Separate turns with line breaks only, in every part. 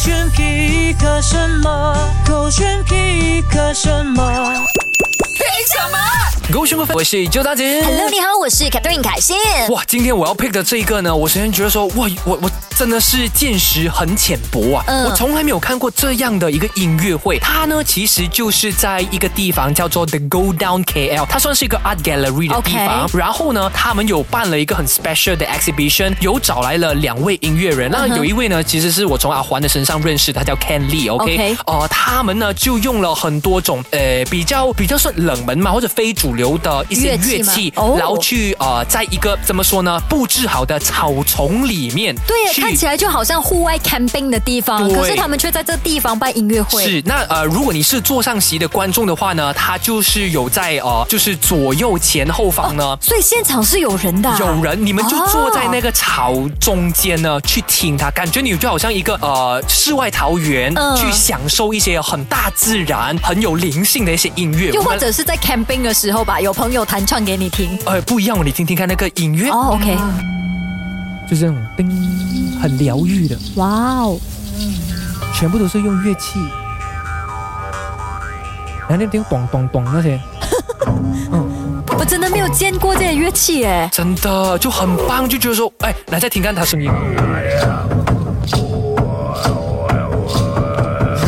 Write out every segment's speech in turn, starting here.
选皮克什么？狗选皮克什么？
勾选过分，我是周大姐。
Hello，你好，我是 Catherine 凯欣。
嗯哇，今天我要 pick 的这一个呢，我首先觉得说，哇，我我真的是见识很浅薄啊，
嗯
我从来没有看过这样的一个音乐会。它呢，其实就是在一个地方叫做 The Go Down KL，它算是一个 art gallery 的
OK
地方。然后呢，他们有办了一个很 special 的 exhibition，有找来了两位音乐人，
嗯
那有一位呢，其实是我从阿环的身上认识，他叫 Ken Lee，OK，、
OK
呃，他们呢就用了很多种呃比较比较算冷门嘛，或者非主流的一
乐
些
器
乐器，
吗哦
然后去呃，在一个怎么说呢，布置好的草丛里面，
对呀，
去
看起来就好像户外 camping 的地方，
对
可是他们却在这地方办音乐会。
是那呃，如果你是坐上席的观众的话呢，他就是有在呃，就是左右前后方呢。
所以现场是有人哦的啊、
有人，你们就坐在那个草中间呢，去听它，感觉你就好像一个呃世外桃源，
嗯
去享受一些很大自然、很有灵性的一些音乐。
又
我
或
们
者是在 camping 的时候吧，有朋友弹唱给你听。
呃不一样哦，你听听看那个音乐，
哦、o k
就这种叮，很疗愈的。
哇哦，
全部都是用乐器，然后那边咚咚咚那些，
我真的没有见过这些乐器哎。
真的就很棒，就觉得说，哎，来再听看他声音，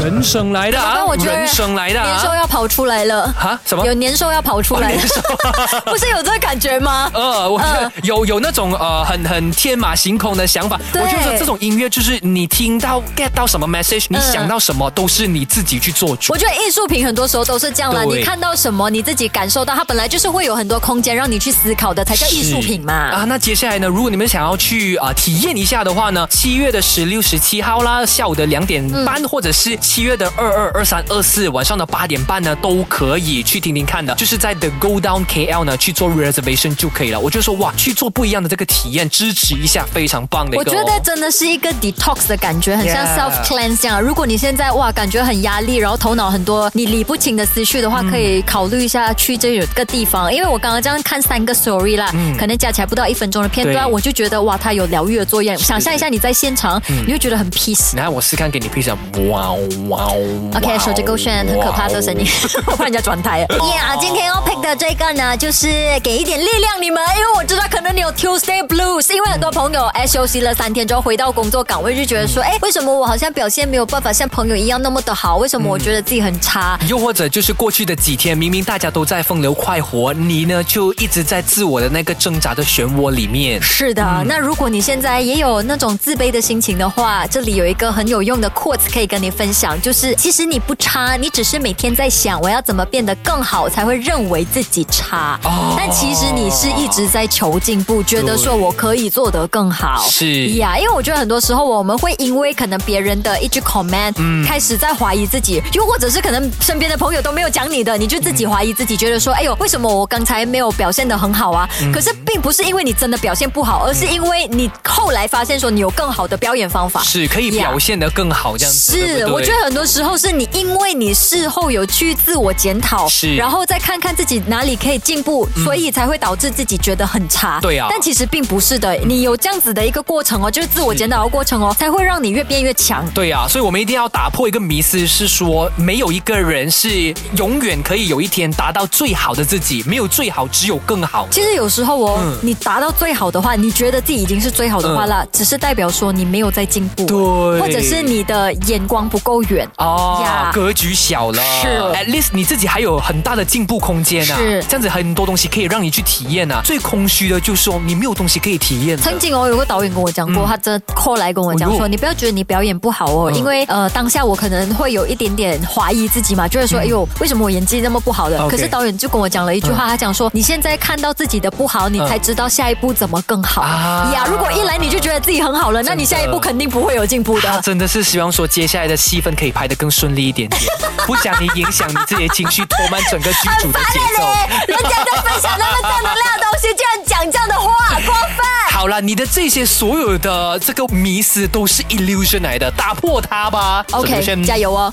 人声来的啊
但，我觉得
人声来的
年兽
啊，
要跑出来了，
啊什么哦
有？年兽要跑出来了， 不是有这个感觉吗？
呃，我觉得
嗯
有有那种呃很很天马行空的想法，我
对
觉得这种音乐就是你听到 get 到什么 message，你
嗯
想到什么都是你自己去做主
我。觉得艺术品很多时候都是这样啦，
对
你看到什么，你自己感受到，它本来就是会有很多空间让你去思考的，才叫艺术品嘛。
啊，那接下来呢？如果你们想要去啊、体验一下的话呢，七月的十六、十七号啦，下午的两点半，
嗯
或者是七月的二二、二三、二四晚上的八点半呢，都可以去听听看的。就是在 The Go Down KL 呢去做 reservation 就可以了。我就说哇，去做不一样的这个体验，支持一下，非常棒的一
我
个、
觉
哦。
得真的是一个 detox 的感觉，很像
Yeah
self cleanse 这样。如果你现在哇感觉很压力，然后头脑很多你理不清的思绪的话，可
嗯
以考虑一下去这个地方。因为我刚刚这样看三个 story 啦，可能加起来不到一分钟的片段，
嗯对
我就觉得哇，它有疗愈的作用。想象一下你在现场，
嗯
你会觉得很 peace。
来，我试看给你配上，哇哦哇哦
OK，手机勾选很可怕的声音，， 我怕人家转台。Yeah，今天要 pick 的这个呢，就是给一点力量你们，因为我知道可能你有 Tuesday Blues，因为很多朋友哎休息了三天之后回到工作岗位就觉得说，哎，为什么我好像表现没有办法像朋友一样那么的好？为什么我觉得自己很差？
又或者就是过去的几天，明明大家都在风流快活，你呢就一直在自我的那个挣扎的漩涡里面。嗯
是的，那如果你现在也有那种自卑的心情的话，这里有一个很有用的 quotes 可以跟你分享，就是其实你不差，你只是每天在想我要怎么变得更好，才会认为自己差。
哦
但其实你是一直在求进步，觉得说我可以做得更好。
是
呀啊因为我觉得很多时候我们会因为可能别人的一句 comment，、开始在怀疑自己，又或者是可能身边的朋友都没有讲你的，你就自己怀疑自己，觉得说，哎呦，为什么我刚才没有表现得很好啊？可是并不是因为你真的表现不好，而是因为你后来发现说你有更好的表演方法。
是可以表现得更好，这样子。对
是，
不对
我觉得很多时候是你因为你事后有去自我检讨，
是嗯
然后再看看自己哪里可以进步，所以才会导致自己觉得很差。
对啊
但其实并不是的，你有这样子的一个过程哦，就是自我检讨的过程哦，才会让你越变越强。
对啊，所以我们一定要打破一个迷思，是说没有一个人是永远可以有一天达到最好的自己，没有最好，只有更好。
其实有时候哦，
嗯
你达到最好的话，你觉得自己已经是最好的话了，只是代表说你没有在进步，
对
或者是你的眼光不够远。
哦
呀
格局小了，
是
，at least 你自己还有很大的进步空间啊，
是
这样子很多东西可以让你去体验啊。最空虚的就是说你没有东西可以体验的，
曾经哦，有个导演跟我讲过，他真的后来跟我讲
哎
说，
呦
你不要觉得你表演不好哦，
嗯
因为呃，当下我可能会有一点点怀疑自己嘛，就是说，哎呦，为什么我演技那么不好的？
嗯 OK 嗯
可是导演就跟我讲了一句话，他讲说，你现在看到自己的不好，你才知道下一步怎么更好
啊
呀。如果一来你就觉得自己很好了，那你下一步肯定不会有进步
他
的。
啊真的是希望说接下来的戏份可以拍得更顺利一点 点，不想你影响你自己的情绪，拖慢整个剧组的节奏。
嘞，人家在分享那么正能量的东西，居然讲这样的话，过 分！
好了，你的这些所有的这个迷思都是 illusion 来的，打破它吧。
OK，
Solution
加油哦！